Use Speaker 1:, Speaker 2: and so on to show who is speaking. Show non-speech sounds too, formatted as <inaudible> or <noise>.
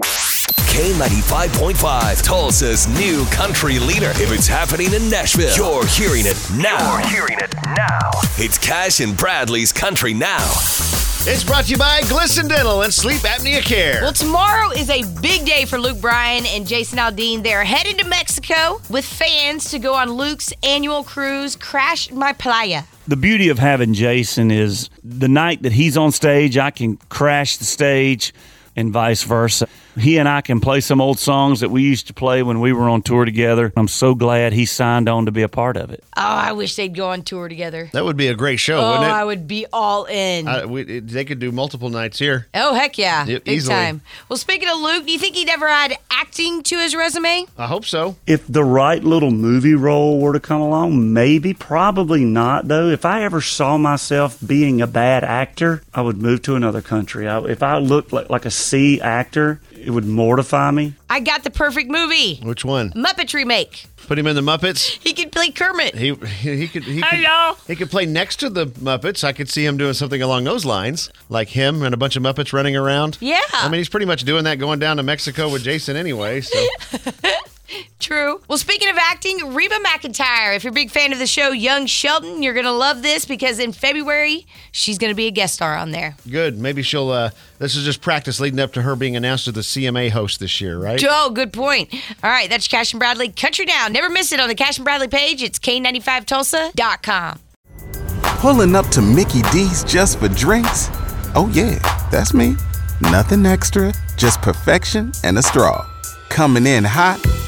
Speaker 1: K95.5, Tulsa's new country leader. If it's happening in Nashville, you're hearing it now. You're hearing it now. It's Cash and Bradley's Country Now.
Speaker 2: It's brought to you by Glisten Dental and Sleep Apnea Care.
Speaker 3: Well, tomorrow is a big day for Luke Bryan and Jason Aldean. They are headed to Mexico with fans to go on Luke's annual cruise, Crash My Playa.
Speaker 4: the beauty of having Jason is the night that he's on stage, I can crash the stage and vice versa. He and I can play some old songs that we used to play when we were on tour together. I'm so glad he signed on to be a part of it.
Speaker 3: Oh, I wish they'd go on tour together.
Speaker 2: That would be a great show,
Speaker 3: Oh,
Speaker 2: wouldn't it?
Speaker 3: I would be all in.
Speaker 2: I- we, it- they could do multiple nights here.
Speaker 3: oh, heck yeah.
Speaker 2: Yep,
Speaker 3: big
Speaker 2: easily.
Speaker 3: time. Well, speaking of Luke, do you think he'd ever add acting to his resume?
Speaker 2: I hope so.
Speaker 4: If the right little movie role were to come along, maybe, probably not though. If I ever saw myself being a bad actor, I would move to another country. I, if I looked like, like a C actor, it would mortify me.
Speaker 3: I got the perfect movie
Speaker 2: Which one?
Speaker 3: Muppet Remake.
Speaker 2: Put him in the Muppets.
Speaker 3: He could play Kermit.
Speaker 2: He he could he
Speaker 3: Hey,
Speaker 2: could,
Speaker 3: y'all.
Speaker 2: he could play next to the Muppets. I could see him doing something along those lines, like him and a bunch of Muppets running around.
Speaker 3: Yeah.
Speaker 2: I mean, he's pretty much doing that going down to Mexico with Jason anyway.
Speaker 3: <laughs>
Speaker 2: So
Speaker 3: True. Well, speaking of acting, Reba McIntyre. If you're a big fan of the show Young Sheldon, you're going to love this because in February, she's going to be a guest star on there.
Speaker 2: good. Maybe she'll. Uh, this is just practice leading up to her being announced as the CMA host this year, right?
Speaker 3: Joe, Oh, good point. All right, that's Cash and Bradley Country Now. Never miss it on the Cash and Bradley page. It's K95Tulsa.com.
Speaker 5: Pulling up to Mickey D's just for drinks? Oh, yeah, that's me. Nothing extra, just perfection and a straw. Coming in hot